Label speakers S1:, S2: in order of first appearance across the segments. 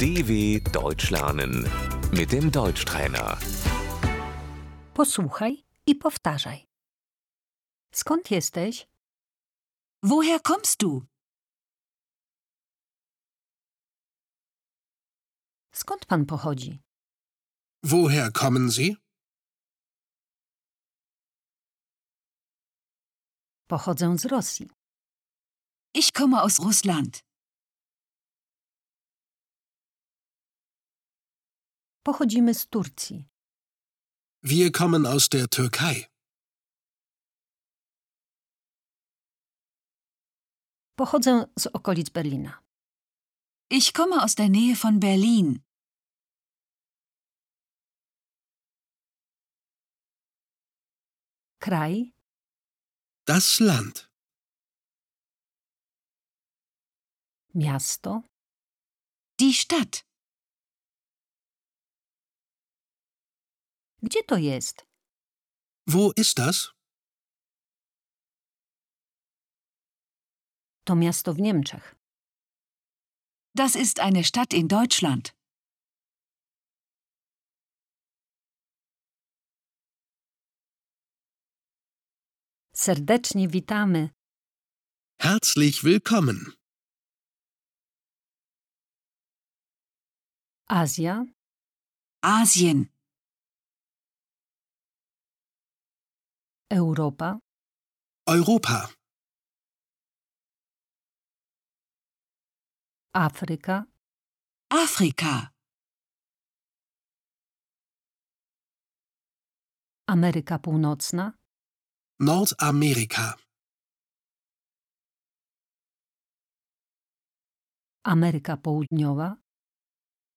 S1: DW Deutsch lernen mit dem Deutschtrainer.
S2: Posłuchaj i powtarzaj. Skąd jesteś?
S3: Woher kommst du?
S2: Skąd pan pochodzi?
S4: Woher kommen Sie?
S2: Pochodzę z Rosji.
S3: Ich komme aus Russland.
S2: Pochodzimy z Turcji.
S4: Wir kommen aus der Türkei.
S2: Pochodzę z okolic Berlina.
S3: Ich komme aus der Nähe von Berlin.
S2: Kraj,
S4: Das Land.
S2: miasto,
S3: Die Stadt.
S2: gdzie to jest?
S4: Wo ist das?
S2: To miasto w Niemczech.
S3: Das ist eine Stadt in Deutschland.
S2: Serdecznie witamy.
S4: Herzlich willkommen.
S2: Azja,
S3: Asien.
S2: Europa,
S4: Europa.
S2: Afryka,
S3: Afrika.
S2: Ameryka Północna,
S4: Nordamerika.
S2: Ameryka Południowa,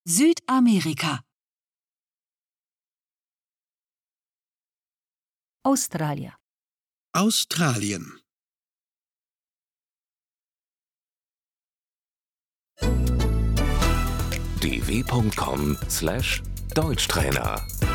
S3: Südamerika.
S2: Australia,
S4: Australien.
S1: dw.com/deutschtrainer